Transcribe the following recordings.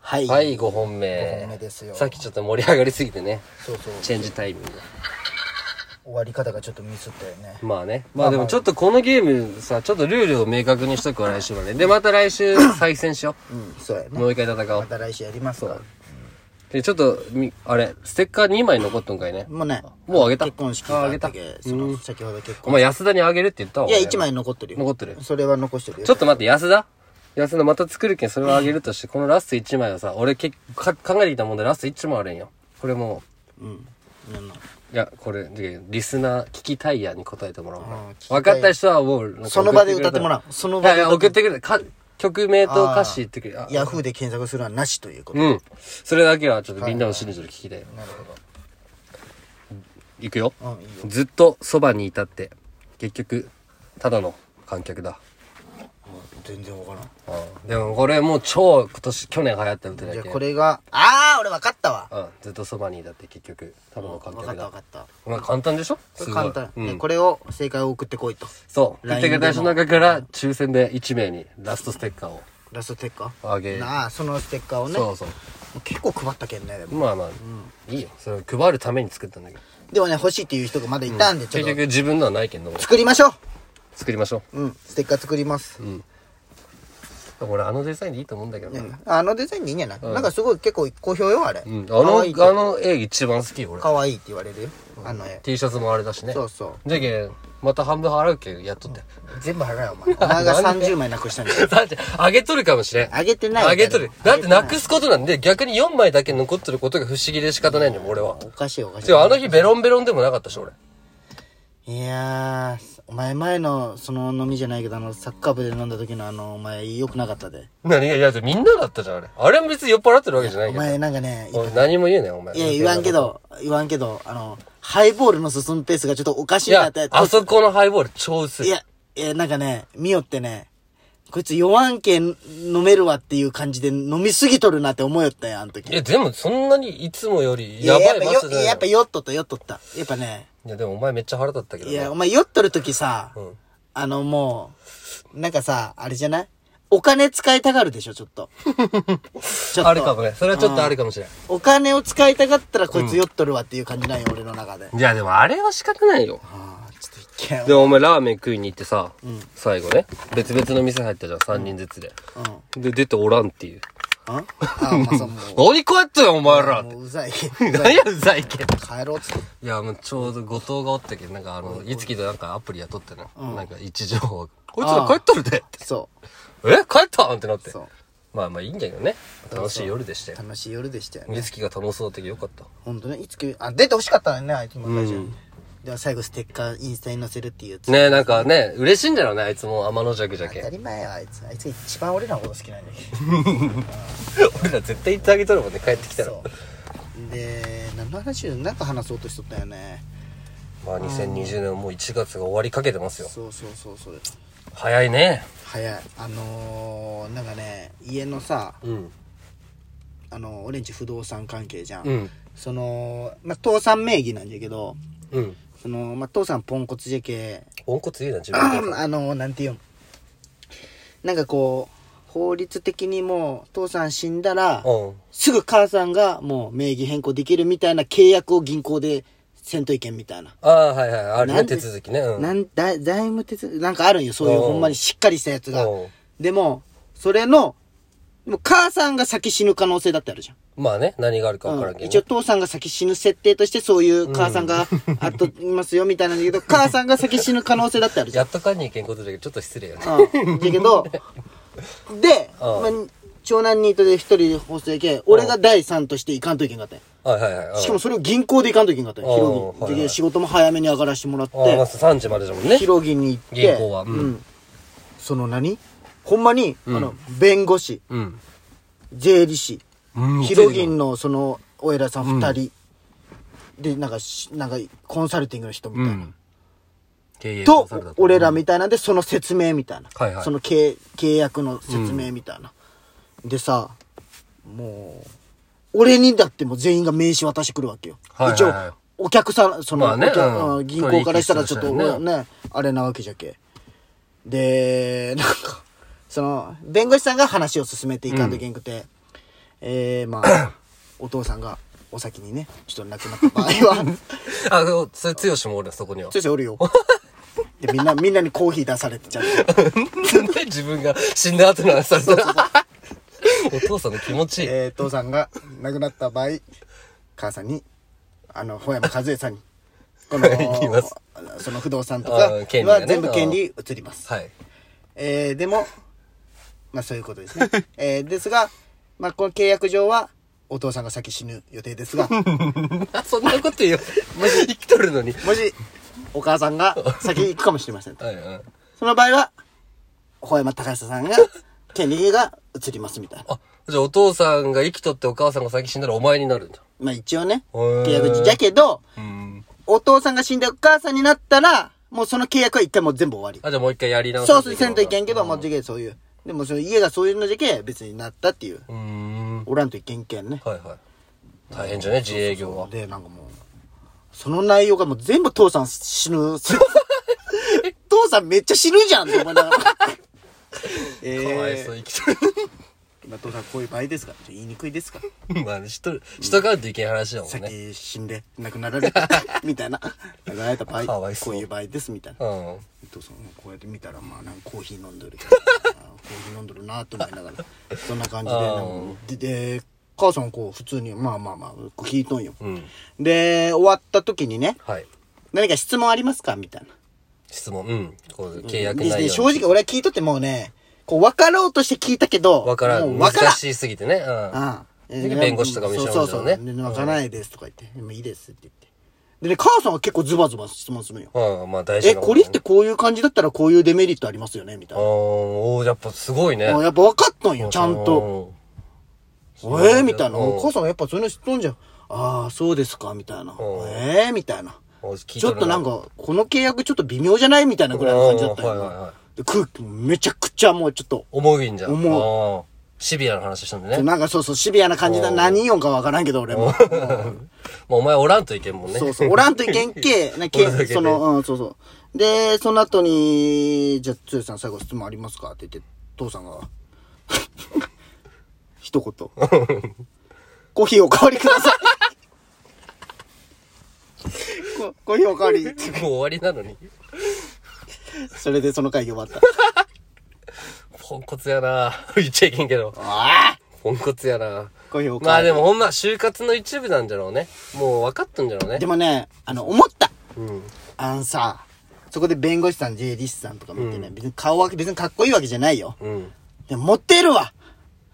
はい。はい、5本目。 5本目ですよさっきちょっと盛り上がりすぎてね。そうそう。チェンジタイム。終わり方がちょっとミスったよね。まあね。まあでもちょっとこのゲームさ、ちょっとルールを明確にしとくわ、来週まで。で、また来 週再戦しようん、そうやう。ね。もう一回戦おまう。た来週やりますから。で、ちょっと、みあれ、ステッカー2枚残っとんかいね。もうね、もうあげた結婚式があったああけ、その、先ほど結お婚。前安田にあげるって言ったわ。いや、俺1枚残ってるよ。残ってるそれは残してるよ。ちょっと待って、安田安田また作るけん、それをあげるとして、このラスト1枚はさ、俺けか考えてきたもんでラスト1枚あるんよ。これもうん。なんなんう、いや、これ、でリスナー、聞きたいやに答えてもらおうかなあー聞きたいや分かった人はもう、なんかその場で歌ってもらうその場でいやいや送ってくれ。か曲名と歌詞言ってくれ。あヤフーで検索するのはなしということ。うん。それだけはちょっとみんなの信じる聞きたいよ。なるほいくよ。ど。うん、いいよ。ずっとそばにいたって、結局、ただの観客だ。うん全然わからん。でもこれもう超今年、去年流行った歌だじけゃあこれが、あー、俺わかったわ。うん、ずっとそばにいたって結局、ただの観わか客ったわか。だった。お前簡単でしょこすれごい簡単。うねん。これを正解を送ってこいと。そう。LINE 言ってくれた人の中から抽選で1名にラストステッカーをラストステッカーあげる。なあ、そのステッカーをね。そうそう。結構配ったけんね、でも。まあまあ、いいよ。それを配るために作ったんだけど。でもね、欲しいっていう人がまだいたんで、ちょ結っと局自分のはないけんど、作りましょ作りましょう。うん、ステッカー作ります。う。俺あのデザインでいいと思うんだけどな。あのデザインでいいんじゃないなんかすごい結構好評よ、あれ。うん。あ可の、愛いってあの絵一番好き俺。可愛いって言われるよ。あの絵。 T シャツもあれだしね。そうそう。じゃけん、また半分払うけんやっとって。 全部払えよ、お前。お前が30枚なくしたんだよ。だって、あげとるかもしれん。あげてないよあげとる。だってなくあげてすことなんで、逆に4枚だけ残ってることが不思議で仕方ないんだよ、俺は。ないおかしいおかしい違う、あの日ベロンベロンでもなかったし、俺。いやーお前前のその飲みじゃないけどあのサッカー部で飲んだ時のあのお前良くなかったで何が、いや、みんなだったじゃん、あれ。あれも別に酔っ払ってるわけじゃないおけど。前なんかねおい何も言うね、お前。いや言わんけ。ど言わんけどあのハイボールの進むペースがちょっとおかしいいなやって、あそこのハイボール超薄いい。やいやなんかね見よってねこいつ酔わんけん飲めるわっていう感じで飲みすぎとるなって思いよったよあの時いや、でもそんなにいつもよりやばいや場やっ所ぱじよゃやなっぱい。酔っとった酔っとったやっぱねいや、でもお前めっちゃ腹立ったけどいな。や、お前酔っとる時さ、あのもう、なんかさ、あれじゃないお金使いたがるでしょ、ちょっと。ちょっとあるかもね。それはちょっとあるかもしれん。お金を使いたがったらこいつ酔っとるわっていう感じなんよ、俺の中で。いや、でもあれは仕方ないよ。ああ、ちょっと一見。で、お前ラーメン食いに行ってさ、最後ね、別々の店入ったじゃん、3人ずつで。うで、出ておらんっていん。う。うんああ、まあそう、も何こうやってんよ、お前らう、っても。ううざい。何や、うざいけん。帰ろうっつって。いや、もうちょうど後藤がおったけど、なんかあの、いつきとなんかアプリ雇ってね、なんか位置情報。こいつら帰っとるでって。そえ帰ったんってなってう。。そう。まあまあいいんだけどね。楽しい夜でしたよ。楽しい夜でしたよね。いつきが楽しそうだったけどよかった。ほんとね、いつき、あ、出てほしかったね、あいつも最初に。では最後ステッカーインスタに載せるっていうやつ。ねえ、なんかね、嬉しいんだろうね、あいつも天の弱じゃけ当たん。り前よ、あいつ。あいつが一番俺らのこと好きなん だけど。俺ら絶対行ってあげとるもんね、帰ってきたら。そうで何の話なんか話そうとしとったよねまあ2020年はもう1月が終わりかけてますよ。そうそうそうそう早いね。早いあのー、なんかね家のさうん。あのオレンジ不動産関係じゃん、うん。その、まあ、父さん名義なんじゃけどうん。その、まあ、父さんポンコツじゃけポンコツ言うな、自分で。あのー、なんていうんなんかこう法律的にもう父さん死んだらうん。すぐ母さんがもう名義変更できるみたいな契約を銀行でせんといけんみたいなああ、はいはい。あるなね、んで手続きね。うん。なんだ財務手続きなんかあるんよそういうおうほんまにしっかりしたやつがおうでもそれのでも母さんが先死ぬ可能性だってあるじゃんまあね、何があるか分からうんんけ一ど応ね。父さんが先死ぬ設定としてそういう母さんがあっといますよみたいなんだけど、母さんが先死ぬ可能性だってあるじゃやん。っとかんにいけんことだけど、ちょっと失礼よね。うん、だけどで、うんまあ長男ニートで一人放送やけ俺が第三として行かんといけんかったんよはいはいはい。しかもそれを銀行で行かんといけんかったんよおう広銀、はいはいで仕事も早めに上がらせてもらってうん、ああ、まあ3時までじゃもんね。広銀に行って銀行はうんその何ほんまに、んあの弁護士うん。税理士、うん広銀のそのお偉さん2人、でなんかしなんかコンサルティングの人みたいな、経営コンサルだとった俺らみたいなんでその説明みたいな、はいはいその契契約の説明みたいな、でさもう俺にだってもう全員が名刺渡してくるわけよ、はいはいはい一応お客さんその、まあねお客うんうん銀行からしたらちょっと取引してましたよねあれなわけじゃけでなんかその弁護士さんが話を進めていかんといけんくて、えー、ま あ、お父さんがお先にね、ちょっと亡くなった場合は、あ、でもそれ、つよしもおるよそこには。先生おる よ。で、みんな、みんなにコーヒー出されてちゃう。なんで自分が死んだ後の話されたら。お父さんの気持ちいい。えー、父さんが亡くなった場合、母さんに、あの、ほ山和江さんに、この行きます、その不動産とかあー権利がはね全部権利移ります。はい。えー、でも、まあそういうことですね。えー、ですが、まあこの契約上は、お父さんが先死ぬ予定です が、あ そんなこと言う。マジ生きとるのに。もし、お母さんが先行くかもしれませんと。はいはい。その場合は、ほ山隆久さんが、権利が移りますみたいな。あ、じゃあお父さんが生きとってお母さんが先死んだらお前になるんだ。まあ一応ね、へー契約上。だけど、うん。お父さんが死んでお母さんになったら、もうその契約は一回もう全部終わあ、じゃあもう一回やりり。直そうそうせんといけんけど、ももうじけそういう。でもその家がそういうのじけ別になったっていう。うーん。おらんといけんけんね。はいはい。大変じゃね、自営業は。で、なんかもう、その内容がもう全部父さん死ぬ。父さんめっちゃ死ぬじゃんって思いながら。えかわいそう、生きとー、まあ父さんこういう場合ですかちょっと言いにくいですかる。 まあ、しとる、しとかんといけん話だもんね。先死んで亡くなられたみたいな亡くなられた場合かわいそうこういう場合ですみたいな、うん。とそのこうやって見たらまあなんかコーヒー飲んでる あーコーヒー飲んでるなと思いながらそんな感じであーなんかでで母さんこう普通にまあまあまあこう聞いとんよ、うん。で終わった時にねはい。何か質問ありますかみたいな質問。うん。こう、契約で内で容。正直俺は聞いとってもうねこう分かろうとして聞いたけどわから。もうん分から難んしすぎてね。うん。ああで弁護士とかも一緒なんそうでしそょううそねう。わからないですとか言って、でもいいですって言って。でね、母さんは結構ズバズバ質問するんよ。うん、まあ大事え、なこだれよっねてこういう感じだったらこういうデメリットありますよねみたいあーな。おーやっぱすごいね。あやっぱ分かったんよ、ちゃんと。うん。えー、みたいな。うんお母さんはやっぱそういうの知っとんじゃん。ああ、そうですか、みたいな。んええー、みたいな。お聞いちょっとなんか、か、この契約ちょっと微妙じゃないみたいなぐらいの感じだったんうんはいはいはよ。で空気もめちゃくちゃもうちょっと、重いんじゃん。重い重い。シビアな話したんでね。なんかそうそう、シビアな感じだ。うん何言おんか分からんけど、俺も。もうお前おらんといけんもんね。そうそう。おらんといけん け、ね、けおらんといけんねその、うん、そうそう。で、その後に、じゃあ、つよさん最後質問ありますかって言って、父さんが、 一 言。コーヒーおかわりください。 ココーヒーおかわり。 もう終わりなのに。それでその会議終わった。ポンコツやな 言っちゃいけんけど。ああポンコツやなコーヒーおかまわあり。でもほんま、就活の一部なんじゃろうね。もう分かったんじゃろうねで。もね、あの、思った。うん。あのさ、そこで弁護士さん、税理士さんとか見てね、別に顔は、別にかっこいいわけじゃないよ。うん。でも、持ってるわ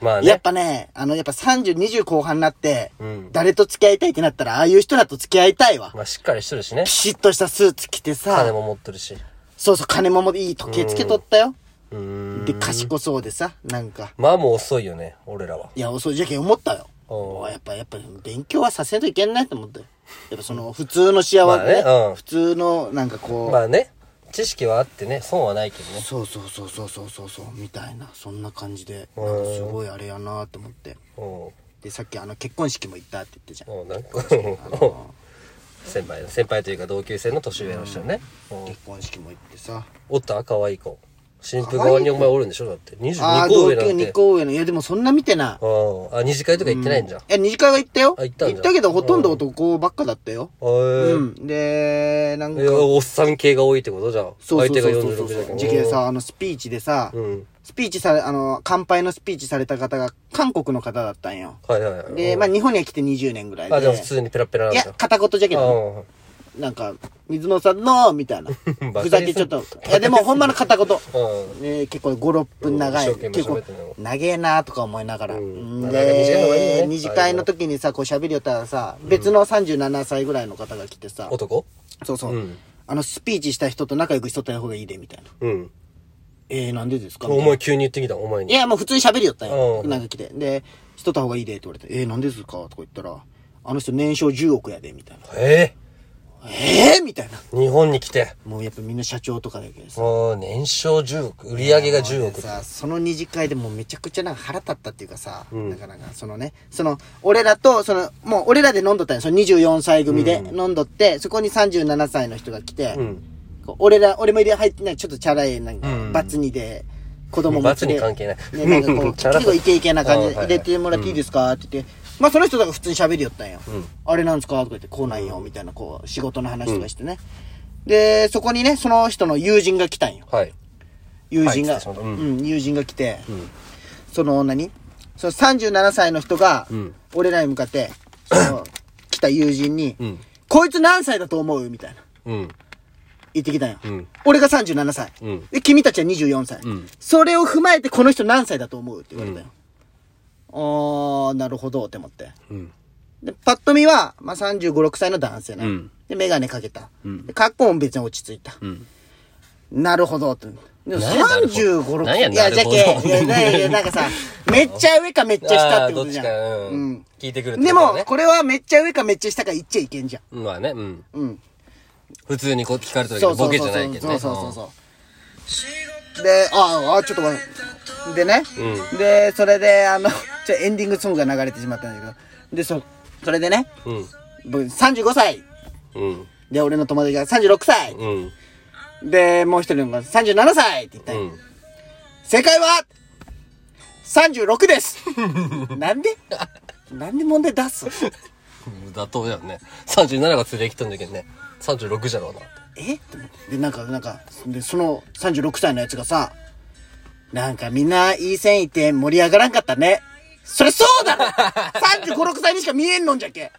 まあやっね。ぱね、あの、やっぱ30、20後半になって、うん誰と付き合いたいってなったら、ああいう人らと付き合いたいわ。まあしっかりしとるしねピ。シッとしたスーツ着て金さ、も持っとるし。そうそう、金ももいい時計つけとったよ。うーん。で、賢そうでさ、なんか。まあもう遅いよね、俺らは。いや、そうじゃけん思ったよ。おうおいやっぱ、やっぱ、勉強はさせんといけんないと思ったよ。やっぱその、普通の幸せ、ねまあねうん普通の、なんかこう、まあね、知識はあってね、損はないけどね。そうそうそうそうそうそうそう、みたいな、そんな感じで、なんかすごいあれやなと思って。うん。で、さっきあの、結婚式も行ったって言ったじゃん。もうなんか、 先輩、先輩というか同級生の年上の人ね。うん結婚式も行ってさ、おった可愛い子。新婦側にお前おるんでしょだって。ああ22ー、個同上なん級て。 2個上の。いや、でもそんな見てない。うん。あ、二次会とか行ってないんじゃん。いや、二次会は行ったよ。あ行ったんだけど、ほとんど男ばっかだったよ。へえうん。で、なんかい、やおっさん系が多いってことじゃん。そうそうそう相そう手そうが46だけど。時期でさ、あの、スピーチでさ、うん。スピーチされ、あの、乾杯のスピーチされた方が韓国の方だったんよ。はいはいはい。で、まあ、日本には来て20年ぐらいで。あ、でも普通にペラペラなんいだ。や、片言じゃけどね、あなんか、水野さんの、みたいな。 バカにすんふざけちょっと。いや、でもほんまの片言。あうん。えー結構5、6分長い。うん一生懸命結構喋ってんの、長えなとか思いながら。んん長で、い短いのがいいね二次会の時にさ、こう喋りよったらさ、別の37歳ぐらいの方が来てさ、男そうそう、うんあの、スピーチした人と仲良くしとった方がいいで、みたいな。うん。えー、なんでですかみたいおな前急に言ってきた、お前いに。や、もう普通に喋りよったんよ。うんなんか来て。で、しとった方がいいで、って言われて、えー、なんでですかとか言ったら、あの人年商10億やで、みたいな。ええー、みたいな。え日本に来て。もうやっぱみんな社長とかだけどさ。もう年商10億、売り上げが10億で。さその二次会でもうめちゃくちゃなんか腹立ったっていうかさ、なかなかそのねその俺らとそのもう俺らで飲んどったんよその24歳組で飲んどって、そこに37歳の人が来て、うんこう俺ら俺も入れ入ってないちょっとチャラいなんか、うんバツ2で子供も連れ罰に関係ないね、なんかこう、チャラ結さ構イケイケな感じであーは入いはれいてもらっていいですかって言って、まあその人だから普通に喋りよったんよ。んあれなんですかとか言って、こうなんよ、みたいな、こう、仕事の話とかしてね。で、そこにね、その人の友人が来たんよ。はい。友人はがい来てしまったううんん、友人が来て、んその何その37歳の人が、うん俺らに向かってその来た友人に、うんこいつ何歳だと思う?」みたいなうん。言ってきたんよ、うん俺が37歳、うんで君たちは24歳、うんそれを踏まえてこの人何歳だと思うって言われたよ、あーなるほどって思ってうん。でパッと見は、まあ、3 5 6歳の男性な、うんで眼鏡かけた、うんで格好も別に落ち着いた、うん。なるほどって。でもなんやなるほ35、6どなんやいや、なじゃるけ、ほいどや、いやいやいや、なんか さ、めっちゃ上かめっちゃ下ってことじゃん。あーどっちか、うん。聞いてくるってでこともね、。これはめっちゃ上かめっちゃ下か言っちゃいけんじゃん。うんまあね、うん。うん。普通にこう聞かれた時そうにそボうケそうじゃそないけう。どそね。うそうそう。で、ああ、ちょっとごめん。でね、で、それで、あの、 ちょ、エンディングソングが流れてしまったんだけど、で、そ、それでね、うん。僕35歳。うん。で、俺の友達が36歳。うん。で、もう一人の子が37歳って言ったうんよん。正解は36です なんで なんで問題出す妥当やんね。37が連れてきたんだけどね。36じゃろうなって。えって思ってでなんかなんかでその36歳のやつがさなんかみんないい線いて盛り上がらんかったねそれそうだろ 356歳にしか見えんのんじゃけ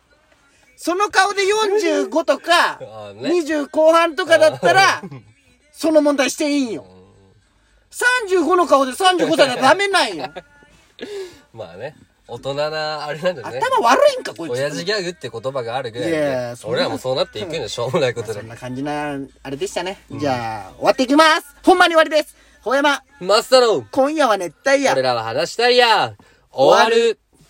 その顔で45とかあーね20後半とかだったらその問題していいんよ35の顔で35歳だとダメなん よまあね。大人な、あれなんだよね。頭悪いんかこいつ親父ギャグって言葉があるぐらいいやいやで、そんな俺らもそうなっていくんでしょうもないこそとでん。な感じな、あれでしたね。じゃあ、終わっていきますほんまに終わりですほうやま、マスタロン今夜は熱帯夜俺。らは話したいや終わる